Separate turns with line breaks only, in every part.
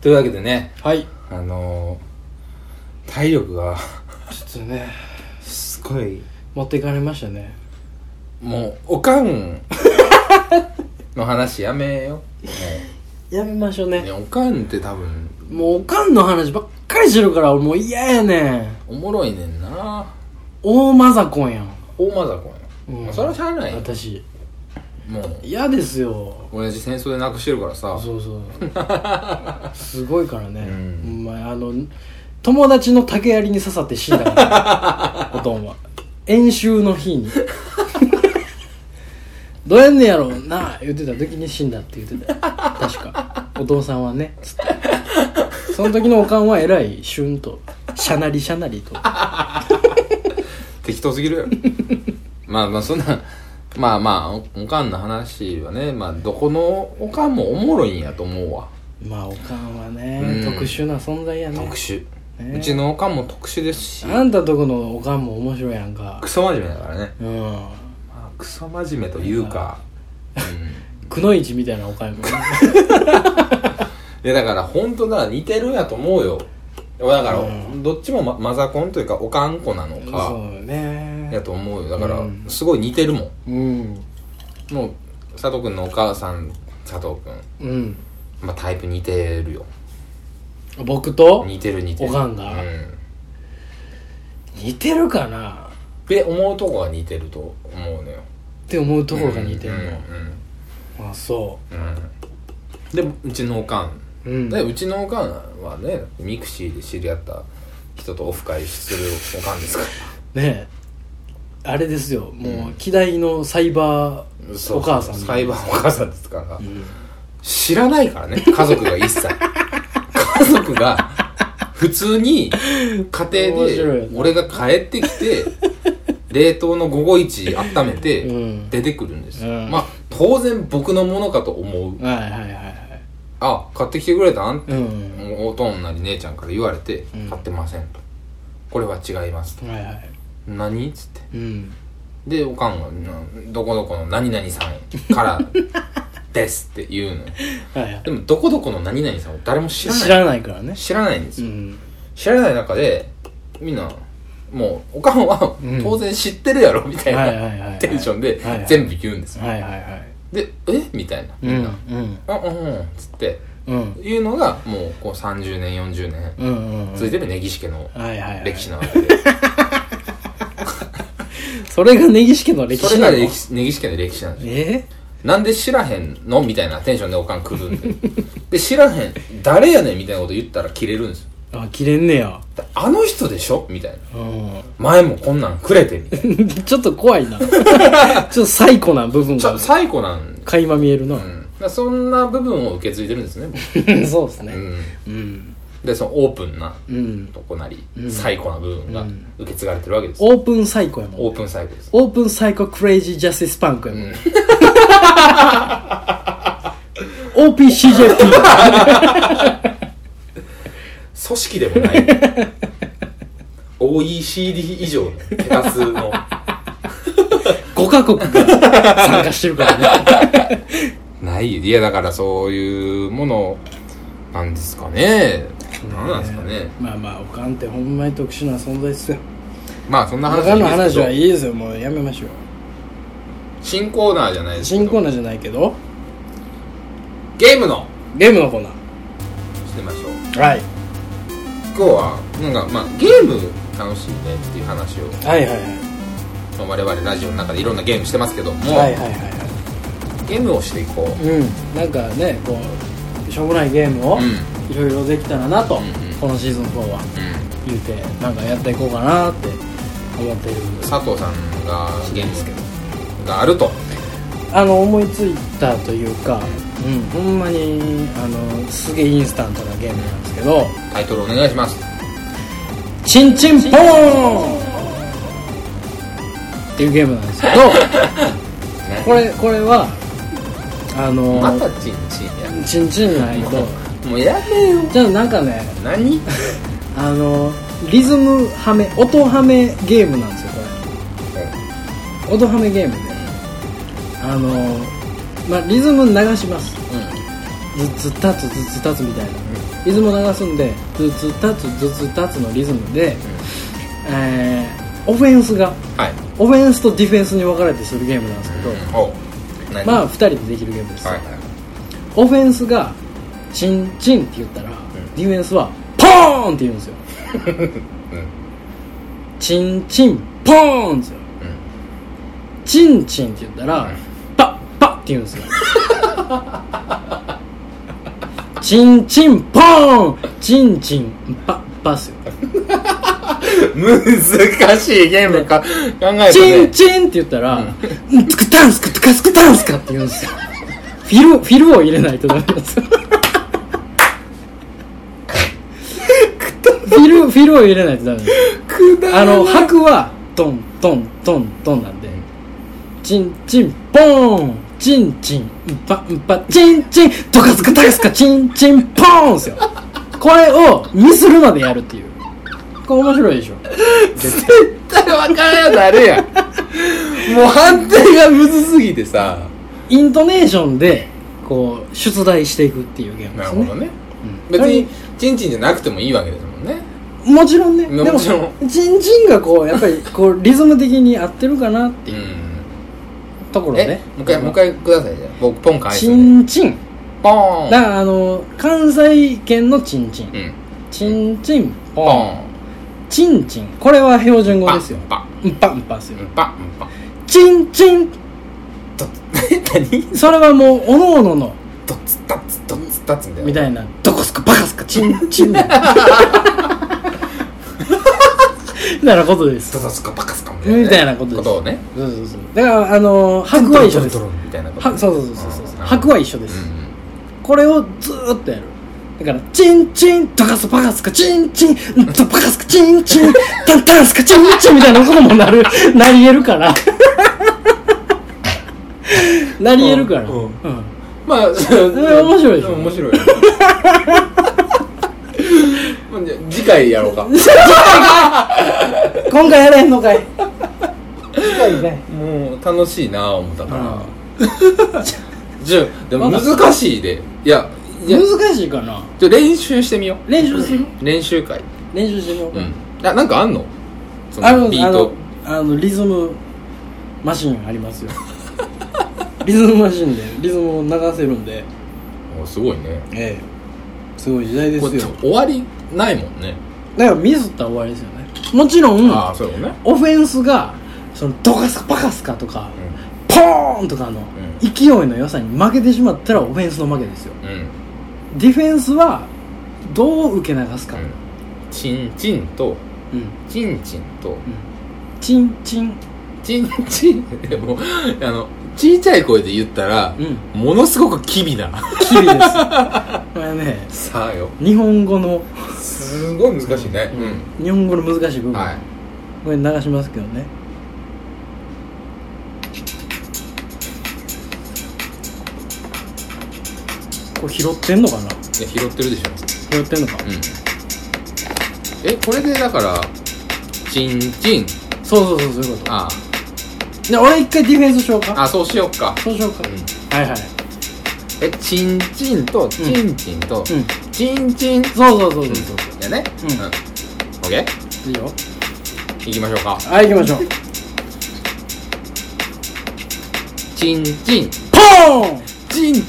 というわけでね
はい
あのー体力が
ちょっとね
すごい
持っていかれましたね
もうおかん の話やめよ
やめましょう
う、ね、
ね
おかんって多分
もうおかんの話ばっかりしてるから俺もう嫌やねん
おもろいねんな
大マザコンやん、
大マザコンや、
うん
まあそれはしゃあないよ
私
もう
嫌ですよ
親父戦争で亡くしてるからさ
そうそう すごいからね、
う
お前あの友達の竹槍に刺さって死んだ から、ね、おとんは演習の日にどうやんねやろうな言ってた時に死んだって言ってた確かお父さんはねつってその時のおかんはえらいシュンとしゃなりしゃなりと
適当すぎるよ まあまあそんなまあまあおおかんの話はねまあどこのおかんもおもろいんやと思うわ
まあおかんはね、
うん
特殊な存在やね
特殊、
ね
うちのおかんも特殊ですし
あんたとこのおかんも面白いやんか
クソ真面目だからね、
うん
まあ、クソ真面目というか、うん
くのいちみたいなおかんもね
いやだから本当だから似てるんやと思うよいやだから、
うん
どっちもママザコンというかおかんこなのか
そう
や
ね
と思うよだから、
うん
すごい似てるも
うん
んもう佐藤君のお母さん佐藤君
うん
まあタイプ似てるよ
僕と
似てる似てる
おかんが
うん
似てるかな
で思うとこが似てると思うのよ
って思うところが似てる
うん
のあそ
うんうんでうちのおかん
ううん
でうちのおかんはねミクシーで知り合った人とオフ会するおかんですか
ねえあれですよもう希代のサイバ
ら
ーお母さん
そうそうサイバーお母さんですから、
ん
知らないからね家族が一 切家族が普通に家庭
面白いよ
で
な
俺が帰ってきて冷凍の午後一温めて
うん
出てくるんですよ、
うん
まあ当然僕のものかと思う
はいはいはいはい
あ買ってきてくれたん
うんうん
おとんなり姉ちゃんから言われて
う
「
ん
買ってません」と「これは違います」と
はいはい
「何?」っつって
うん
でおかんがな「どこどこの何々さん からです」って言うのよ
はいはい
でもどこどこの何々さんを誰も知らない
知らないからね
知らないんです
う
よ、
ん
知らない中でみんなもうおかんは
うん
当然知ってるやろみたい
はいはいはいは
ないテンションで
はいはい
全部言うんですよ
はいはいはい
で「えみたいな
う
みん
ん
な「あうんうん」っつって
うんうん
いうのがもうこう30年40年
うんうんうん
続いてる根岸家の
はいはいはい
歴史なわけで
それが根岸家の歴
そ
史
れ
な
が
の
歴史根岸家の歴史なんですよ
え
なんで知らへんのみたいなテンションでおかん来るん でで知らへん誰やねんみたいなこと言ったらキレるんですよ
あ切れんねや
だあの人でしょみたいな
うん
前もこんなんくれてみたいな
ちょっと怖いな。ちょっとサイコな部分
ちょ
が
最古なんで、
垣間見えるな
う。ん、だからそんな部分を受け継いでるんですね僕
そうです
う
ね。
ん、
うん。
でそのオープンな
うん。
とこなり、
うん
最古な部分が
うん
受け継がれてるわけです、
オープンサイコやもん。
オープン最古です
オープンサイコクレイジージャスティスパンクやも ん。OPCJP!
組織でもない OECD 以上の桁数の
5カ国が参加してるからね。
ないいやだからそういうものなんですかね何なんですかね
まあまあ、おかんってほんまに特殊な存在ですよ。
まあそん
お
な話
かんの話はい
い
いですよ。もうやめましょう。
新コーナーじゃないですけど
新コーナーじゃないけど、
ゲームの
ゲームのコーナ
してましょう
ー。はい。
今日はなんかまあゲーム楽しいねっていう話を、
はいはいはい。
まあ、我々ラジオの中でいろんなゲームしてますけども、
はいはいはいはい。
ゲームをしていこう
うん、なんかねこうしょうもないゲーム
う
を
ん
いろいろできたらなと、
んうん
このシーズン4は
うん
言うてなんかやっていこうかなって思っている
佐藤さんがゲームがあると
あの思いついたというか、うん、ほんまにあのすげえインスタントなゲームなんですけど
タイトルお願いします
「チンチンポーン!」っていうゲームなんですけ どこれこれはあ
ま
の
たチンチン
チンチンないと
やもうやめよ
じゃあなんかね
何
あのリズムはめ音はめゲームなんですよこれ音はめゲームであのまあリズム流します
う
ずつたつずつたつみたいな、リズムを流すんで「ずつたつずつたつ」のリズムで、えーオフェンスが
はい
オフェンスとディフェンスに分かれてするゲームなんですけど、
お何
ま
は
あ2人でできるゲームです、
いはい
オフェンスが「チンチン」って言ったら、ディフェンスは「ポーン!」って言うんですよ
うん
チンチンポーンですよ、チンチンって言ったら、パッパッって言うんですよチンチンポーンチンチンパッパっすよ
難しいゲームか考えたね
チンチンって言ったら「うんつくたんすくつかすくたんすか」って言うんですよフィルフィルを入れないとダメなんですよフィルフィルを入れないとダメなんです
くだ
あの拍はトントントントンなんでチンチンポーンチンチンウパウパチンチントカスカタカスカチンチンポーンっすよこれをミスるまでやるっていうこれ面白いでしょ
絶対分からんやつあるやんもう判定がむずすぎてさ
イントネーションでこう出題していくっていうゲームで
なる
す
ほ
ね
どね
うん
別にチンチンじゃなくてもいいわけですもんね
もちろんね
いや
でも
もちろ
チンチンがこうやっぱりこうリズム的に合ってるかなって
う
いうんところ
え
ね
もう一回もう一回くださいじゃあ僕ポン返す
チ
んで
ンチン
ポーン
だからあの関西圏のチンチン
うん
チンチン
ポ
ポン
ーン
チンチンこれは標準語
パ
で
ン
すよ
パ
うんぱんぱですよ
ンパンパン
チンチン
とつ 何
それはもうおのおのの
とつたつとつたつみたいな
みたいなどこすかバカすかチン チンみたいなことです
ドドスカパカスカみ
みたいなことです
ことをね
そうそうそうだからあの白は一緒です
ドロドロドロみたいなこと
はそうそうそうそうそう白
白
は一緒ですこれをずーっとやるだからチンチンとかすバカすかチンチンうんとバカすかチンチンタンタンすかチンチンみたいなこともな るなり得るからなり得るから、
うんうん
うん
まあそ
れ面白いでしょ
面白い ほんじゃ次回やろ うかも
今回やれへんのかい次回ね
う楽しいなあ思ったから
う
じゃでも難しいでいやいや
ん難しいかな
ちょ練習してみよ
練習する
う練習会
練習してみよう
う
か、
んあなんかあんのそ
あの
のビ
あ
ー
の
ト
あのリズムマシンあ りますよリズムマシンでリズムを流せるんで
おすごいね
ええすごい時代で
こ
す
れ
よ
終わりないもんね
だからミスったら終わりですよねもちろん
ああそうよね
オフェンスがそのドカスカバカスカとか、ポーンとかの
ん
勢いの良さに負けてしまったらオフェンスの負けですよ
うんうん
ディフェンスはどう受け流すか、
チンチンと
うん
チンチンと
チンチン
チンチン でもあの小さい声で言ったら、
うん
ものすごく機微な
キビですこれはね
さあよ
日本語の、
すごい難しいね
日本語の難しい部
うん
分、
はい
これ流しますけどねこれ拾ってんのかない
や拾ってるでしょ
拾ってんのか
うんえこれでだからチンチン
そうそうそうそういうこ
あ
とで俺一回ディフェンスしよう
あ
か
あそうしよっか
そうしようか、
うん
はいはい
えチンチンとチンチンと、
うん
チンチン
そうそうそうそうそう
やね
うん
オッケー
いいよ
行きましょうか
はい行きましょう
チンチン
ポーン
チンチン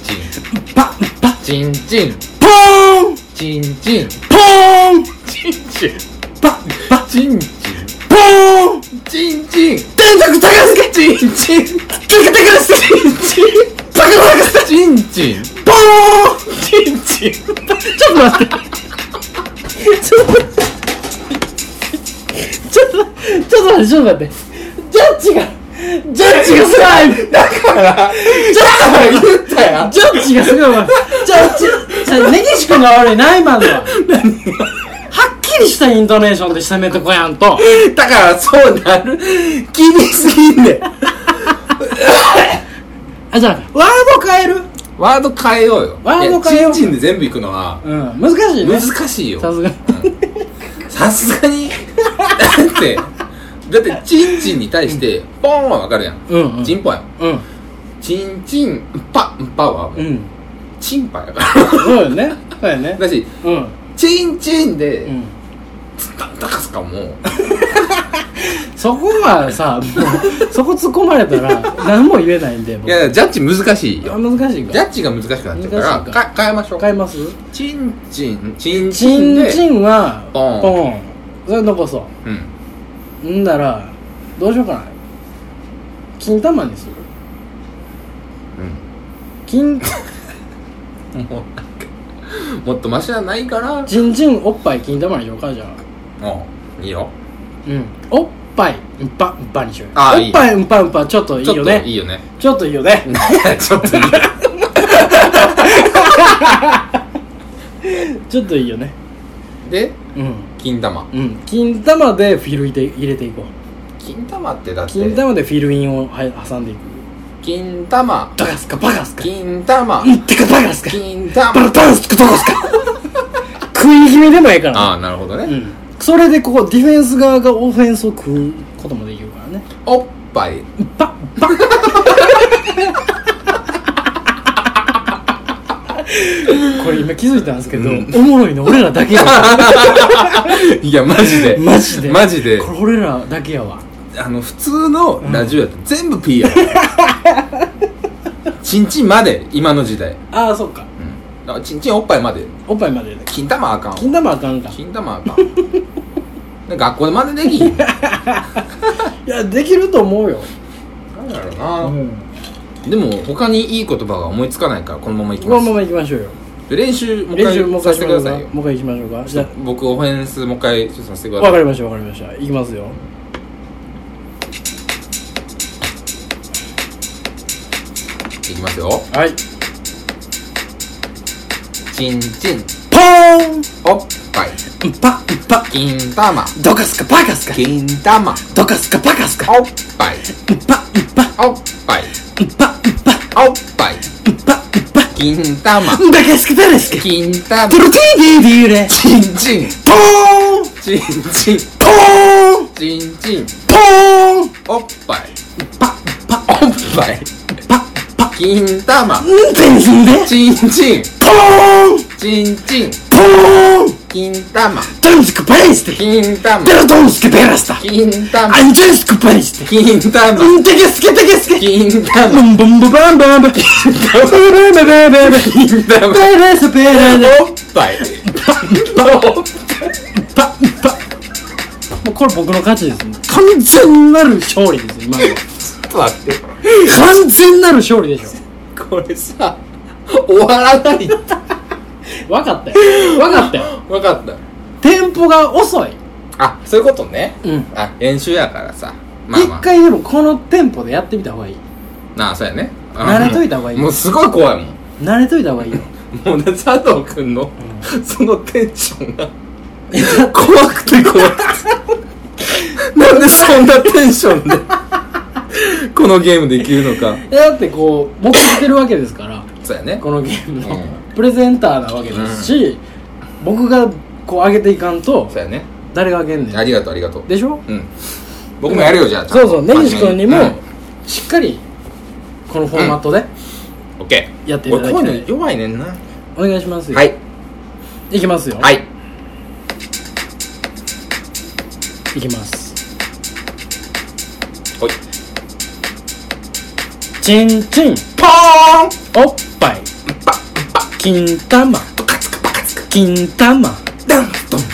パッパッ
チンチン
ポーン
チンチン
ポーン
チンチン
パッパッ
チンチン
ポーン
チンチン
天徳高助チンチン高高助チンチン高高助
チンチン
ポーンチンチンちょっと待ってちょっとちょっとちょっと待ってちょっと待ってジャッジがジャッジがスライム
だから
ジャッジ
言ったや
が
ん
ジャッジがすごいわジャッジじゃあ根岸君が悪いな今のははっきりしたイントネーションで攻めてこやんと
だからそうなる気にすぎんねん
あじゃあワード変える
ワード変えようよ
ワード変えよ
い
う
やチンチンで全部いくのは
うん難しいね
難しいよ
さすがに
さすがにだってだってチンチンに対してポーンはわかるやん
うんうん
チンポやん
うん
チンチンパンパはもう
うん
チンパやから。
そうよねそうやね
だし、
うん
チンチンで、
うん
つったんたかすかも、
そこはさもうそこ突っ込まれた ら何も言えないんで
い
僕
や、ジャッジ難しい
あ
よ。
難しい
ジ
か
ャッジが難しくなっちゃうから、
難しいか
か変えましょう。
変えます
チンチン、チンチ
チ
ン
ン
で、
チンは
ポン
ポンそれ残そ
うん。
うんならどうしようかな金玉にする 金
うん。もうなんか、もっとマシじゃないから、う
チンチンおっぱい金玉にしようかじゃあ
ん。いいよ。
うんおっぱいうんぱうんぱにしようよ
あいい
おっぱいうんぱうんぱちょっといい
ちょ
よ
っとい
ね
いよね。
ちょっといいよね
ちょっといいよ。
ちょっといいよね
で、
うん
金玉。
うん金玉でフィル入れて入れていこう
金玉ってだって、
金玉でフィルインをはい挟んでいく
金玉、
バカスカバカスカ
金玉
う、んてかバカスカ
金
バ ラ
玉。
バラスカバカスカ食い気味でもええから
ああ、なるほどね。
うんそれでここディフェンス側がオフェンスを食うこともできるからね
おっぱい、
バッバッ これ今気づいたんですけど、
うん
おもろいの俺らだけやわ
い やマジで
マジで
マジで
これ俺らだけやわ
あの普通のラジオやと全部 P や ろチンチンまで今の時代、
ああそっか
うん、だからチンチンおっぱいまで
おっぱいまでで
金玉あかんわ
金玉あかんか
金玉あか ん学校でまでできひんない
やできると思うよ、
んだろうな、
うん
でも他にいい言葉が思いつかないからこのままいき
この
ます
まま行きましょうよ
練習もう一
練習もう
回
一回
させ
しま
てくだ
しょう
さ
か
いよ
もう一回しましょうかじゃ
僕オフェンスもう一回ちょっとさせてく
あ
だ
わ
さ
か
い
りましたわかりましたいきますよ
いきますよ
はい
チンチン
ポーン
おっぱい
うんぱうんぱ
金玉
どかすかバカすか
金玉
どかすかバカすか
おっぱい
うんぱうんぱ
おっぱい
うんぱうんぱ
おっぱい
うんぱうんぱ
金玉
うんバカすかバカすか
金玉
ドロティーディーディーレ
チンチン
ポーン
チンチン
ポーン
チンチン
ポーン
おっぱい
うんぱうんぱ
おっぱい
うんぱうんぱ
金玉
うんてんすんで
チンチン
ポーン
チンチン
ポーン
金玉
ドロンスクバレステ
金玉
ドロドンスクベラスタ
金玉
アンジェルスクバレステ
金玉
うんてけすけてけすけ
金
ブ
玉
ンブンブバンバンバン
金玉
ベラスベラで
おっぱいおっ
パッパもうこれ僕の勝ちですもう完全なる勝利ですよ今のは
ちょっと待って
完全なる勝利でしょ
これさ終わらないって
分かったよ分かったよ
分かった
テンポが遅い
あそういうことね
うん
あ練習やからさまあ
一
まあ
回でもこのテンポでやってみた方がいい
なあそうやね
慣れといた方がいい
もうすごい怖いもん
慣れといた方がいいよ
もうね佐藤君の、そのテンションが怖くて怖くてなんでそんなテンションでこのゲームできるのか
だってこう僕が出てるわけですから
そうやね
このゲームの
うん
プレゼンターなわけですし僕がこう上げていかんと
そうやね
誰が上げんね
あ
ん
りがとうありがとう
でしょ
うん僕もやるよじゃあ
そうそう根岸君にも
うん
しっかりこのフォーマットで
オッケ
やって
ー
いた
俺
だき
こう
た
い
いう
の弱いねんな
お願いしますよ
はい
いきますよ
はい
いきます
ほい
チンチン
ポーン
おっぱい
パッパッ
金玉
パカツクパカツク
金玉
ダン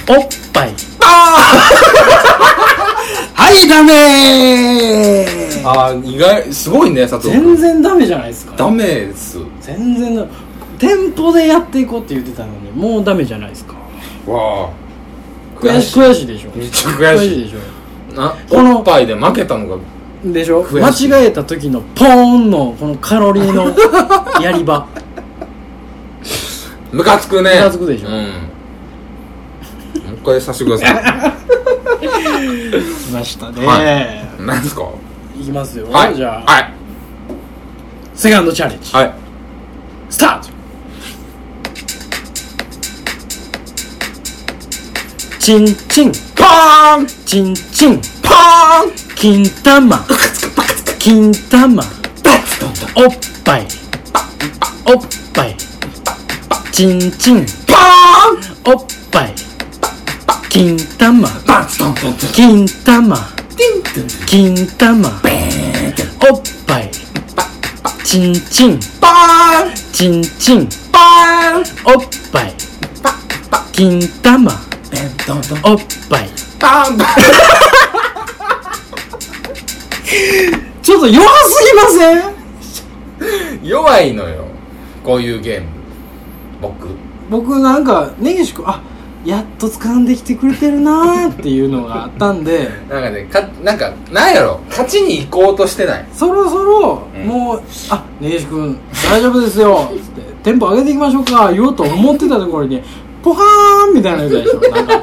ドン
おっぱい
はい、ダメーあー、意外、すごいね、佐藤
全
君。
然ダメじゃないですか
ダメです。
全然ダメ店舗でやっていこうって言ってたのにもうダメじゃないですか
わあ。
悔し悔しいでしょ
めっちゃ悔しい
でし
な、
この
おっぱいで負けたのが、
ょでしょ
悔しい
間違えた時のポーンのこのカロリー のやり場
ムカつくね。
ムカつくでしょ
うん。もう一回させてくださ
きましたね、
はいい。なんですか
い、きますよ、
はい。
じゃあ、
はい。
セカンドチャレンジ、
はい。
スタートチンチン
パーン
チンチン
パーン
金玉金玉
バツドンドン
おっぱいおっぱいチンチン
パーン
おっぱい金玉
バツトンポンツン
金玉
ティンテンテン
金玉
ペーンテン
おっぱいチンチン
パーン
チンチン
パーン
おっぱい
パパ
金玉
ペントントン
おっぱい
パーンパ
ちょっと弱すぎません
ン弱いのよこういうゲーム僕
僕なんか根岸君あやっと掴んできてくれてるなーっていうのがあったんで
なんかねかなんかなんやろ勝ちに行こうとしてない
そろそろ
うん
もう「あ根岸君大丈夫ですよ」つって「テンポ上げていきましょうか」言おうと思ってたところにポハーンみたいなの言うたでしょなんか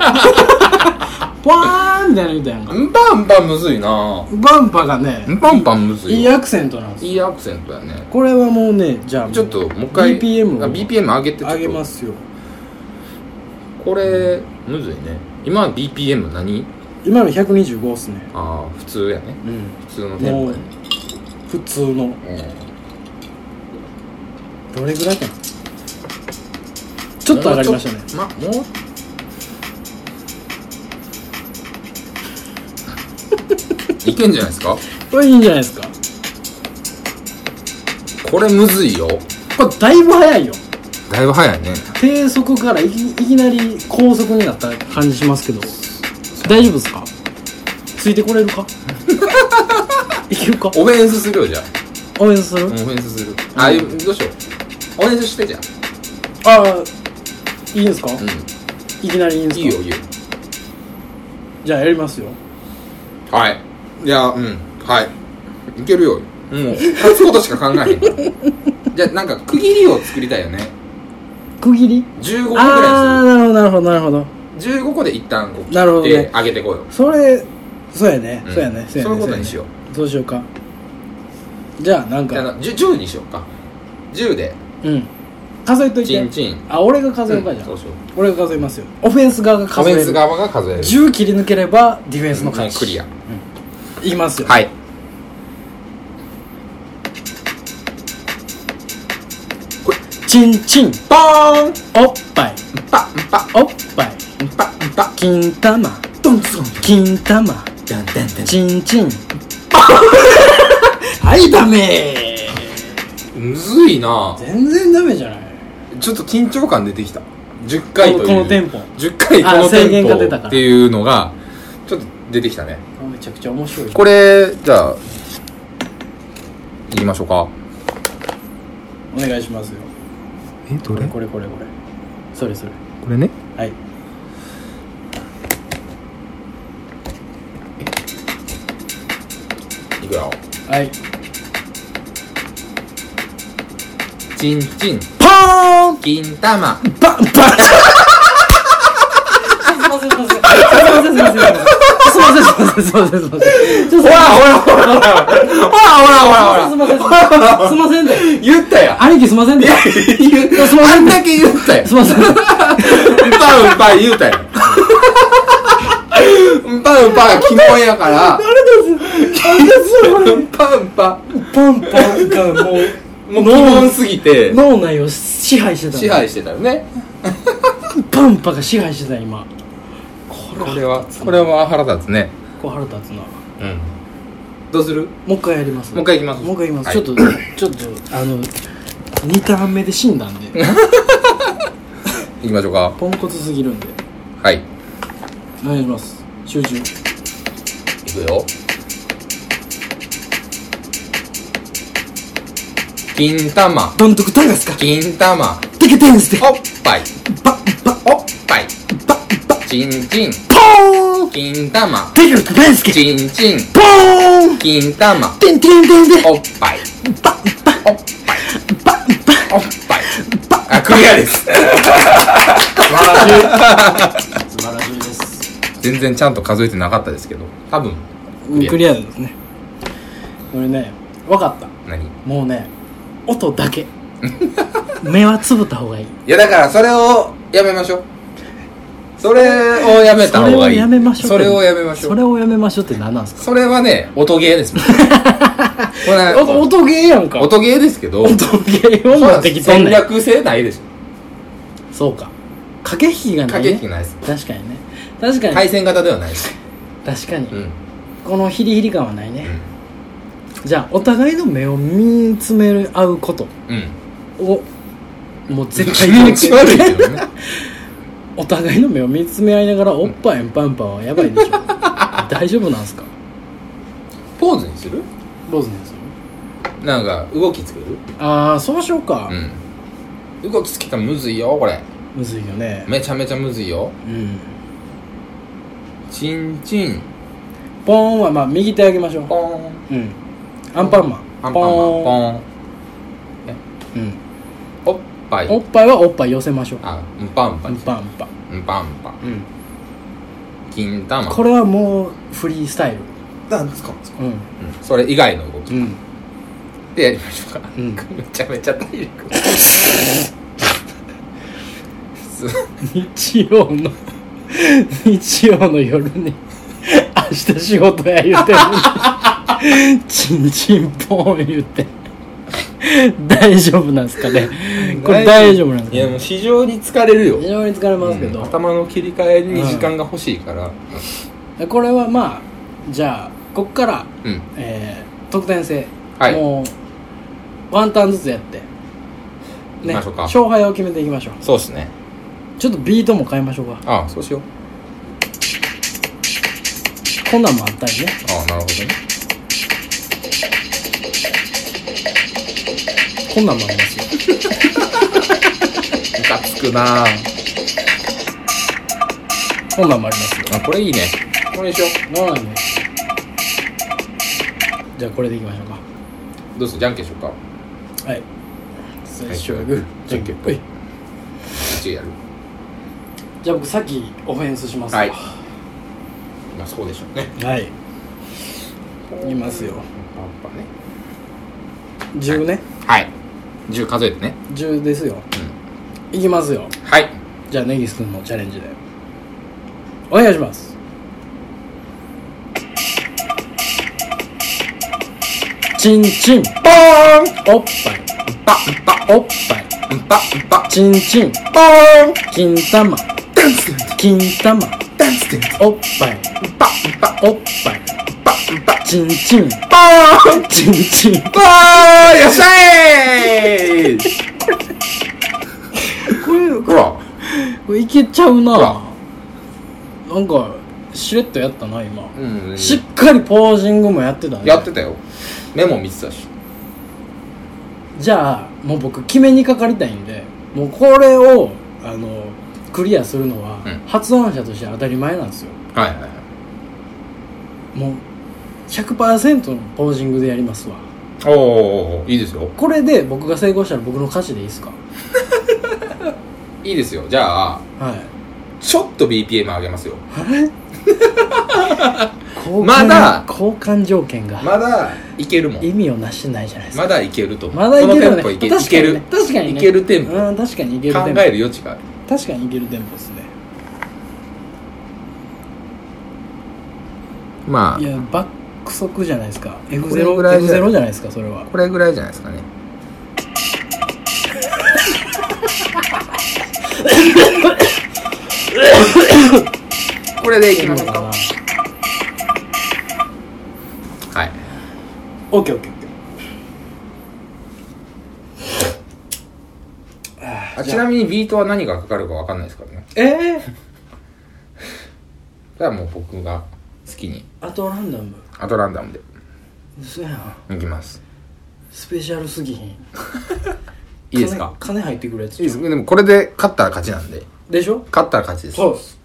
ポハーンみたいなの言うたやんか
ンパンパンむずいな
バンパがね
ンパンパンむず
い
い
い
よ
アクセントなんですよ
いいアクセントやね
これはもうねじゃあ
ちょっともう一回
BPM を
あ BPM 上げてちょっと
上げますよ
これむずいね今 BPM 何
今の125っすね
ああ普通やね
うん
普通のテンポ
もう
やね
普通のどれぐらいかなち
ち
ょっと上がりましたね
まもういけんじゃないですか
これいいんじゃないですか
これむずいよ
これだいぶ早いよ
だいぶ早いね
低速からいきいきなり高速になった感じしますけど大丈夫ですかついてこれる かいけるか
オフェンスするよじゃあ
応援する、
オフェンスするあいどうしようオフェンスしてじゃあ
ああいいんですか、
う
いきなりいいんで
んいい
すか
よいいよ
じゃあやりますよ
はいいやうんはいいけるよもう勝つことしか考えへんからじゃあなんか区切りを作りたいよね
区切り
15個ぐ
ああ
ら
なるほどなるほどなるほど
いする15個で一旦こう
なるほど
切っ
ね
て上げてこうよ
それそうやね、
うん
そうやねそうやね
そういうことにしよう
そやねどうしようかじゃあなん
じゃあ
か
な 10, 10にしようか10で
うん数えといて
チンチン
あ俺が数えるかじゃん、
そうそう
俺が数えますよオフェンス側が
カ
数
メ
え
ン
る
ス側が数える
10切り抜ければディフェンスの
もう
勝ち
クリア
いきますよ、
はい
チンチン
ポーン
おっぱい
パンパン
おっぱい
パンパン
金玉
ドンソン
金玉
ダンダンダ
チンチン はいダメ
ンむずいな
全然ダメじゃない
ちょっと緊張感出てきた10回という
このこのテンポ
10回こ
あ
の
制限が
テ
出
ン
たか
ポ
ら
っていうのがちょっと出てきたね
めちゃくちゃ面白い
これじゃあいきましょうか
お願いしますよ
えど
これこれこれこれそれそれ
これね
はい
いくよ
はい
チンチン
ポーン
金玉
バンバンすいませんすいませんすいませんすいませんすいませんすいませんすいませんすいませんちょっと
ほらほらほらほらほらほらほ
すい
ら
ませんすいませんすいませんで
言ったやん
兄貴すいませんですいま
あ
せん
ん
で
だけ言ったやん
すいません
うんぱうんぱ言うたやんうんぱうんぱが鬼門やからうんぱうんぱ
ポンポンがもう
もう鬼門すぎて
脳内を支配してた
支配してたよね
パンパが支配してた今
これはこれは腹立つね
こう腹立つな
うんどうする
もう一回やります
もう一回いきます
もう一回いきます、
はい
ちょっとちょっとあの2ターン目で死んだんで
いきましょうか
ポンコツすぎるんで
はい
お願いします集中
いくよ金玉
どんとくたがすか
金玉
てけてんすて
おっぱい
バッバッ
おっぱい
バッバッ
チンチン
ポーン
金玉
てけるくたすけ
チンチン
ポーン
金玉
てんてんてんてん
おっぱい
バッバッ
おっぱい
バッバッ
おっぱいあクリア です
素晴らしい素晴らしいです
全然ちゃんと数えてなかったですけど多分
クリアですねこれね分かった
何い
もうね音だ け目はつぶった方がいい
やだからそれをやめましょうそれをやめた方がいい
それをやめましょう
それをやめましょう
それをやめましょうって何なんですか
それはね、音ゲー ですもん。これは
音ゲーやんか
音ゲーですけど、
音ゲー
こ
を
れ
持っ
は
てきとん
戦
ねん
略性ないでしょ。
そうか駆け引きがない、
駆
ね、
け引きないです
確かにね確かに、
対戦型ではないし
確かに、
うん
このヒリヒリ感はないね、じゃあお互いの目を見つめ合うこと
うん
をもう絶対
気持ち悪いけどね
お互いの目を見つめ合いながらおっぱいんぱんぱんはやばいで しょ大丈夫なんすか
ポーズにする
坊主ですよ
なんか動きつける
ああそうしようか、
うん動きつけたらむずいよこれ
むずいよね
めちゃめちゃむずいよ
うん
チンチン
ポーンはまあ右手あげましょう
ポーン
うんアンパンマン
アンパンマンポ
ン
ーン
うん
おっぱい
おっぱいはおっぱい寄せましょう
あんぱんぱ
アン
ん
パンパン
ぱんぱん
うん
金玉
これはもうフリースタイル
なんですか
うん
それ以外の動き
うん
でやりましょうか
うん
めちゃめちゃ体力普通
日曜の日曜の夜に明日仕事や言うてるのにチンチンポン言うて大丈夫なんすかねこれ大丈夫なんすか
いや
ね
もう非常に疲れるよ
非常に疲れますけど、
うん頭の切り替えに時間が欲しいから
これはまあじゃあここから、
うん
えー、得点制、
はい
もうワンターンずつやって
行きましょうか
勝敗を決めていきましょう
そうっすね
ちょっとビートも変えましょうか
ああそうしよう
こんなんもあったりね
ああなるほどね
こんなんもありますよ
ムカつくなあ
こんなんもありますよ
あこれいいねこれにしよ
そうなんですじゃあこれでいきましょう
うどうするじゃんけんしようか
かはい最初はグーじゃんけんぽい
一やる
じゃあ僕さっきオフェンスします
はいまあそうでしょうね
はいいますよ
パンパンね
10ね
はい10数えてね
10ですよ、いきますよ
はい
じゃあ根岸君のチャレンジでお願いしますチンチン
ポーン
おっぱ
うんぱうんぱ
いおっぱい
うんぱうんぱ
チンチン
ポーン
金玉
ダンスダン
金玉
スダンスダンス
おっぱい
うんぱうんぱ
お
う
っぱい
んぱうんぱ
チンチン
ポーン
チンチン
ポーンよっしゃい
これ
ほら
これいけちゃうな
ほら
なんかしれっとやったな今、
うん
しっかりポージングもやってたね
やってたよメモ見てたし
じゃあもう僕決めにかかりたいんでもうこれをあのクリアするのは、
うん
発案者として当たり前なんですよ
はいはいはい
もう100%のポージングでやりますわ
おおいいですよ
これで僕が成功したら僕の勝ちでいいですか
いいですよじゃあ
はい
ちょっと BPM 上げますよ
あれ 交換
まだ
交換条件が
まだいけるもん
意味をなしてないじゃないですか
まだいけると思う
まだいけるよね
このテンポいけ
確かに
いけるい
ね確かにね
けるテンポ考
うん確かにいけ
え
る
る
テンポ
余地がある
確かにいけるテンポですね
ま
いや爆速じゃないですか F0
これぐらいじゃ
F0 じゃないですかそれは
これぐらいじゃないですかねこれでいきますかはい
オッケーオッケーオッケ
あちなみにビートは何がかかるかわかんないですからね
ーええ
だからもう僕が好きに
あとランダム
アトランダムで
嘘やん
いきます
スペシャルすぎひん
いいですか
金金入ってくるやつ
いいですでもこれで勝ったら勝ちなんで
でしょ
勝ったら勝ちです
そうっす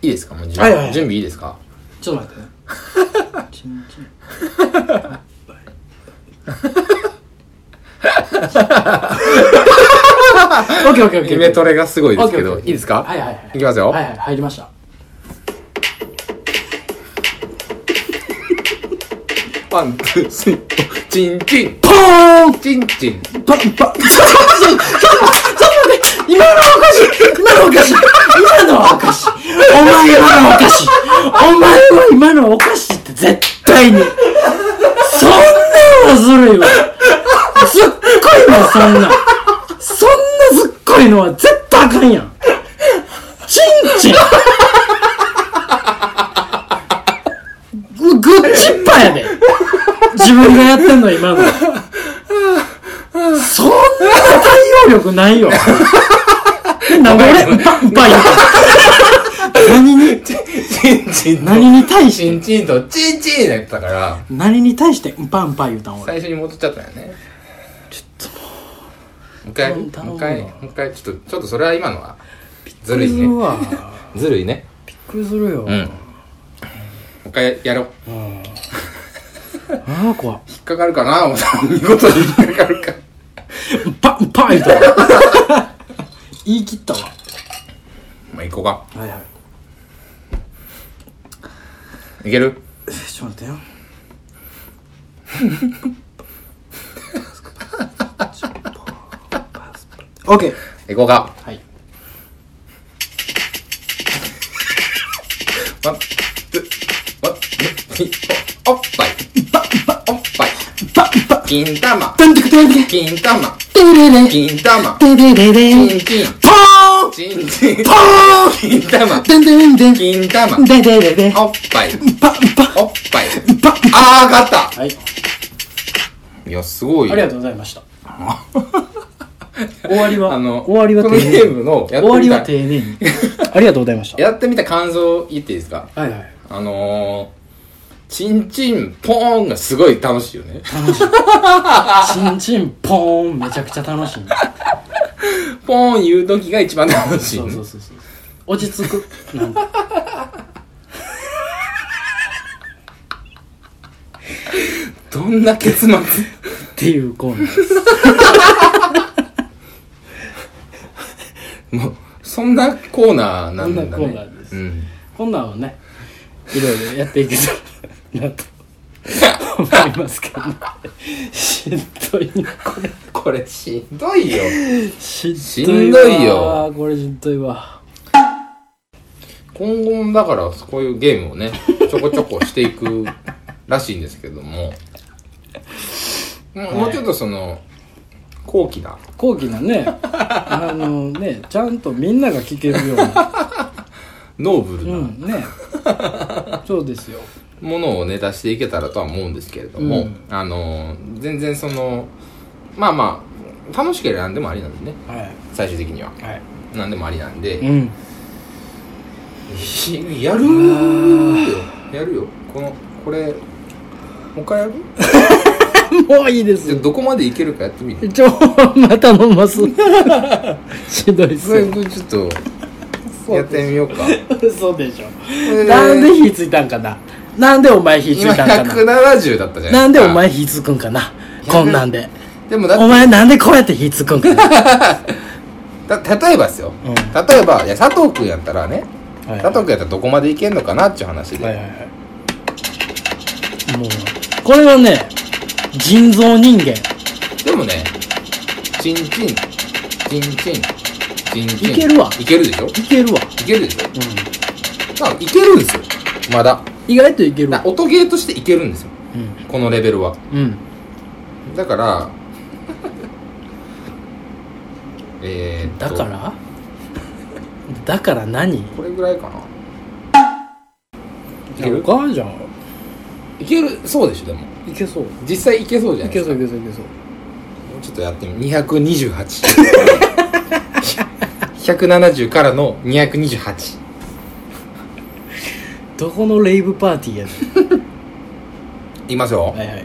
いいですかもう準,、
はいはいはい
準備いいですか
ちょっと待ってね チンチン オッケーオッケーオッケー
イメトレがすごいですけど
オ
い
ッケーオッケーオッケー
いですか
はいはいはい
いきますよ、
はいはい入りました
ワン、ツー、スリー、チンチン
ポーン
チンチン
パンパンちょっと待ってちょっと待ってちょっと待って今のはおかしい今のはおかしい今のはおかしいお前今のはおかしいお前は今のはおかしいって絶対にそんなんはずるいわすっごいわそんなんそんなすっごいのは絶対あかん自分がやってんの今のそんな対応力ないよなんで俺バッバッ言うた何に
チンチンと、
何に対し
チ
て
ンチンと、チンチンやったから、
何に対してうんぱんぱ言うたん俺
最初に戻っちゃったよね。
ちょっと
もう一回、
頼む
も
頼む
う一回、もう一回、ちょっと、ちょっとそれは今のは、ず
び
るい
っくりする
ね。
わ
ずるいね。
びっくりするよ、
うん。もう一回やろう。
うんあの子は
引っかかるかな思ったら見事に引っかかるか。
うんぱんぱ言うたわ 言い切ったわ
まあ、行こうか。
はいはい
いける
ちょっと待ってよ。オッケー。
行こうか。
はい。
ワン、ツー、ワン、ツー、おっぱい。おっぱい。
バッバッ。
金玉。
ドンテクドンテク。
金玉。
テレレ。テ
金玉。
レレレ。
金金。
ポーン
チンチン。
ポーン
金玉。
デンデンデン。
金玉。
デデレレ。
おっぱい。
バッバッ。
おっぱい。
バッバ
あー、上がっ
ッ。はい。
たいや、すごいよ。
ありがとうございました。終わりは、
あの、
終わりは
こ
丁
のゲ
寧
ーム
に。
の、や
終わりは
ってみ、
丁寧に。ありがとうございましたた。
やってみた感想言っていいですか
はいはい。
あのー、チンチンポーンがすごい楽しいよ ね。
楽しい。チンチンポーンめちゃくちゃ楽しい。
ポーン言う時が一番楽しい
そ
ね、
うそうそうそう。落ち着く。なんか
どんな結 末
っていうコーナーです。
もう、そんなコーナーなんだね。
そんなコーナーです
うん。
こんなんはね、いろいろやっていけたらなと思いますけど、ね、しんどいなこれ。
これしんどいよ。
し
しんどい
わ
よ。
これしんどいわ。
今後もだから、こういうゲームを ね、ちょこちょこしていくらしいんですけども、うんもうちょっとその、高貴な、
後期のね、あのね、ちゃんとみんなが聞けるような、
ノーブル
う
なん
ね、そうですよ。
ものをね、出していけたらとは思うんですけれども、
うん
あのー、全然その、まあまあ、楽しければ何でもありなんでね、
はい。
最終的には。
はい。
何でもありなんで、
うん。
ひやるーよやるよこのこれもう一回 やる
もういいです
じゃあ。どこまでいけるかやってみる
ちょ、また飲 ます。しんどいっ
そ
す
れ
よ。
ちょっとやってみようか
そうでしょ。
えー
なんで火ついたんかななんでお前火つい
今
たんかな
170だったじゃないですか
なんでお前火つくんかなこんなんで。
でもだ
お
っ
前なんでこうやって火つくんか な
だ例えばですよ、
うん
例えばいや佐藤君やったらね、
はい
佐藤君やったらどこまでいけんのかなっていう話で、
はいはいはい。もう、これはね、人造人間。
でもねチンチンチンチンチンチン
いけるわ
いけるでしょ
いけるわ。
いけるでしょ
う
だからいけるんですよまだ
ん。意外といける
だ
わ
から。音ゲーとしていけるんですよ
うん。
このレベルは
うん。
だから えーっ
だ
と
からだから何い
これぐらいかないけ
け
る
るかじゃん。
いけるそうでしょでも
いけそう。
実際いけそうじゃ
い
ないで
け
す
そ
か
ういけそういけそう。
もうちょっとやってみ228 170からの228
どこのレイブパーティーやねん
いきますよ
はいはい。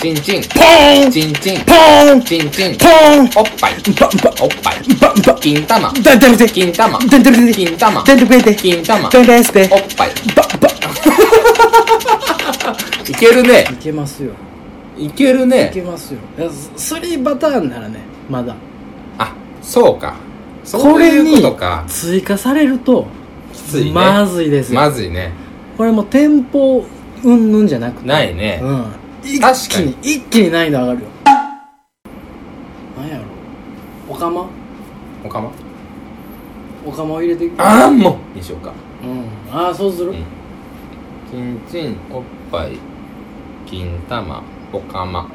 チンチン
ポーン
チンチン
ポーン
チンチン
ポーン
おっぱい
バンバ
おっぱい
ンバンバン
金玉
ダンダルテ
金玉
ダンダルテ
金玉
ダンダルテ
金玉
ダンダルテ
おっぱい
バンバ
いけるね
ンいけますよ
いける
いけ
ね
ますよいやそれパターンならねまだ
あそうかそ
こ
う
れ
いう
に
ことか
追加されると
きついね
まずいですよ
まずいね
これもう店舗うんぬんじゃなくて
ないね
うん一
確
気
かに
に一気に難易度上がるよなんやろおかま
おかま
おかまを入れていく
あーんもうにしようか
うんああそうする
うんちんちんおっぱい金玉おかま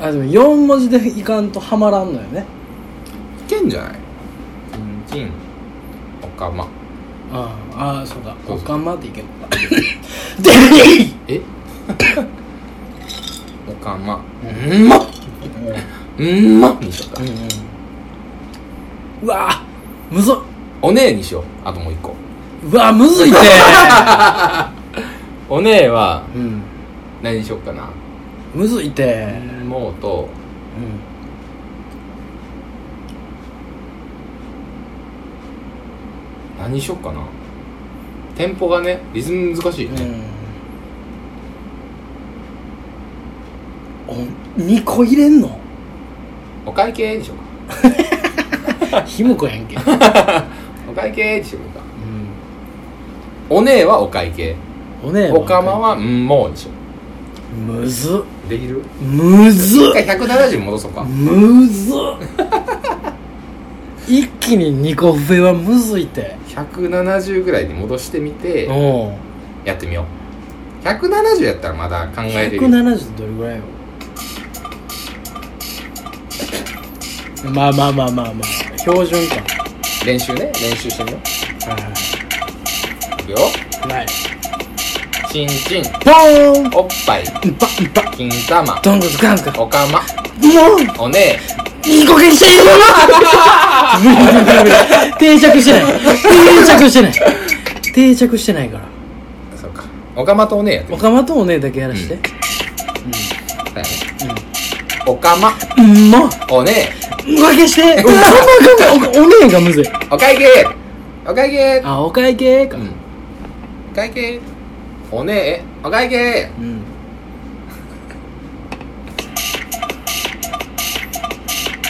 あでも4文字でいかんとはまらんのよね
いけんじゃないちんちんおっカマ
ああああそうだ
そうそう
股間までいけるのか で
え おかまうんまうんまにしようか
うんうんうわあむずっ
おねえにしようあともう一個
うわあむずいね
おねえは
うん
何にしようかな
むずいて
もうと
うん
何にしようかなテンポがねリズム難しいよね、
うんお2個入れんの
お会計でしょうか
ひもこやんけ、
お会計でしょうかおねえはお会計
おねえ
おかまはうんもうでしょ
むず
できる
むず
一回170戻そうか
むず一気に2個上はむずいて
170ぐらいに戻してみて
おう
やってみよう170やったらまだ考えてる
170どれぐらいよまあまあまあまあまあ標準か
練習ね練習してみよ
はいう
いくよ
はいはい
チンチン
ポーン
おっぱい
うんぱうんぱ
金玉
どんぐずかんか
おかま
もう
おね
いい子 にしていいよ無理無理無理定着してない定着してない定着してないから
えそうかおかまとおねえやって
お
み
かまとおねえだけやらして
たよねおかま
うんうんまっ
おね
おかけしておかまがおおねえがむずい
えお会計お会計
あお会計か
うんお会計おねえお会計
うん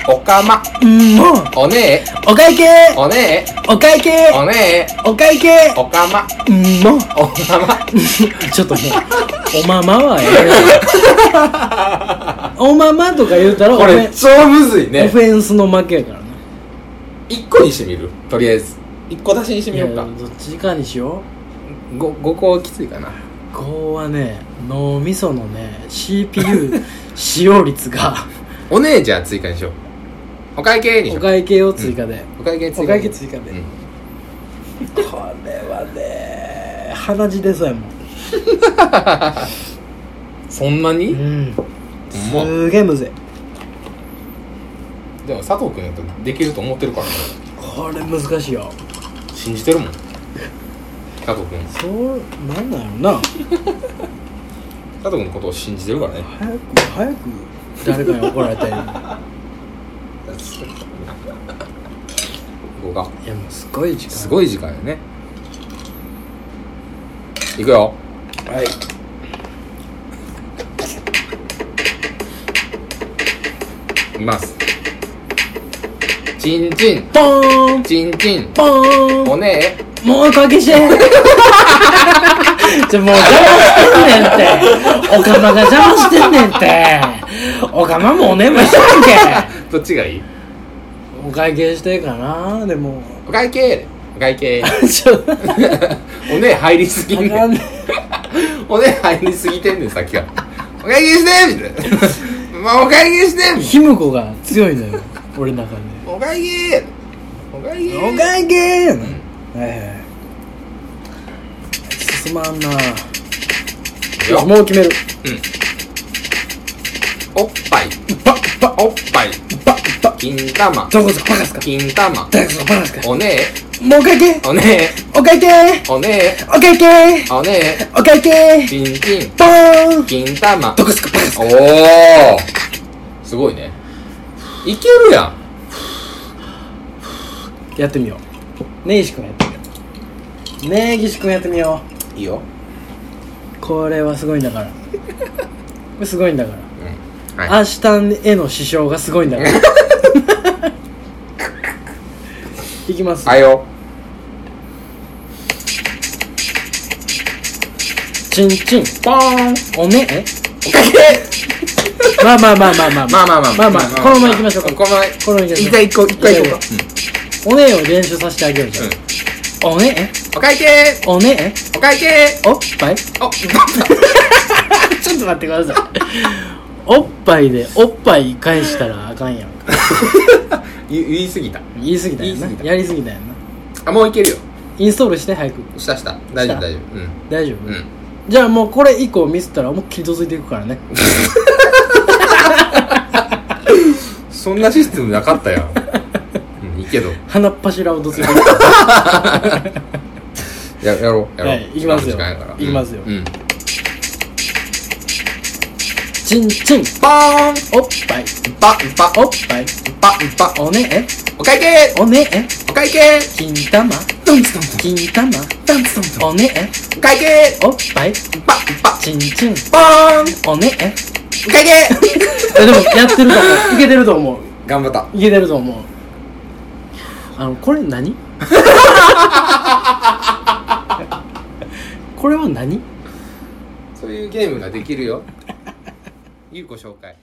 おかま
うんまっ
おねえ
お会計
おね
お会計
えおね
お会計
えおかま
うんまっ
おかま
ちょっともうおままはええなおままとか言うたら
こ
オフェ
れ
ン
超むずい
オ
ね
フェンスの負けやからな
一個にしてみるとりあえず一個出しにしてみ
いや
よう
ど
か
っちかにしよう
5, 5個きついかな
こうはね脳みそのね CPU 使用率が
おねえじゃあ追加にしようお会計にし
お
よう
会計を追加で、
お会計追加
お会計追加
う
で、
ん
これはね鼻血出そうやもん
そんな
う
に
んす
ほんま
ーげえむずい
でも佐藤君やったらできると思ってるからね
これ難しいよ
信じてるもん佐藤君
そうなんだろうな
佐藤君のことを信じてるからね
早く早く誰かに怒られたいいや
ここが
もうすごい時間
すごい時間やねいくよ
はい
いきますチンチン
ポーン
チンチン
ポーン
おねえ
もうおか けして。じゃ、もう邪魔してんねんって。おかまが邪魔してんねんって。おかまもおねんもしてんけ。
どっちがいい
お会計してかなでも。
お会計お会計
ちょっと、あ
おねえ入りすぎんねん
かんね
おねえ入りすぎてんねんさっきはお会計してみたい なまあお会計して
ひむこが強いのよ。俺の中で。
お会計お会計
お会計やな。ええ。進まんな。
よ
もう決める。
おっぱい
ば、ば、
おっぱい
ば、ば。
金玉
どこぞバカすか。
金玉
どこぞバカすか。
おね
もうお会計
えおね
お会計
えおね
お会計
えおねえ
お会計
チンチン
ポーン
金玉
どこすかバカす
お
か
おすごいねいけるやん
やってみようねぎしくんやってみようねぎしくんやってみよ
いいよ
うこれはすごいんだからこれすごいんだから、
うんはい
明日への支障がすごいんだからいきます、
はいよ
チンチン
ポーン
おねえ
おかけ
まあまあまあまあまあ
まあまあまあ
まあまあこのままいきましょうか
このまま
このままいきましょう
一回一個一回一個
いやいやおねえを練習させてあげようじゃん、おね
お会計
えおね
お会計
えおっぱい
お
ちょっと待ってくださいおっぱいでおっぱい返したらあかんやん
言い言い過ぎた
言い過ぎたよ
言い過
な
ぎた
やり過ぎたよな
あもういけるよ
インストールして早く
したした大丈
した
夫大丈夫うん
大丈夫、
うん
じゃあもうこれ以降ミスったら思いっきりどついていくからね
そんなシステムなかったやん、うん、いいけど
鼻っ柱をどついていく
ややろうやろう、
はい行きますよ
時間やから
行きますよ
うんうん
チンチン
パーン
おっぱい
パンパ
おっぱい
パンパ
おねえ
お会計
おねえ
お会計
金玉
ドンツドンツ
金玉
ドンツドンツ
おねえ
お会計
おっぱい
パンパ
チンチン
パーン
おねえ
お会 計
えでもやってると思ういけてると思う
頑張った
いけてると思うあのこれ何 これは何
そういうゲームができるよゆうこ紹介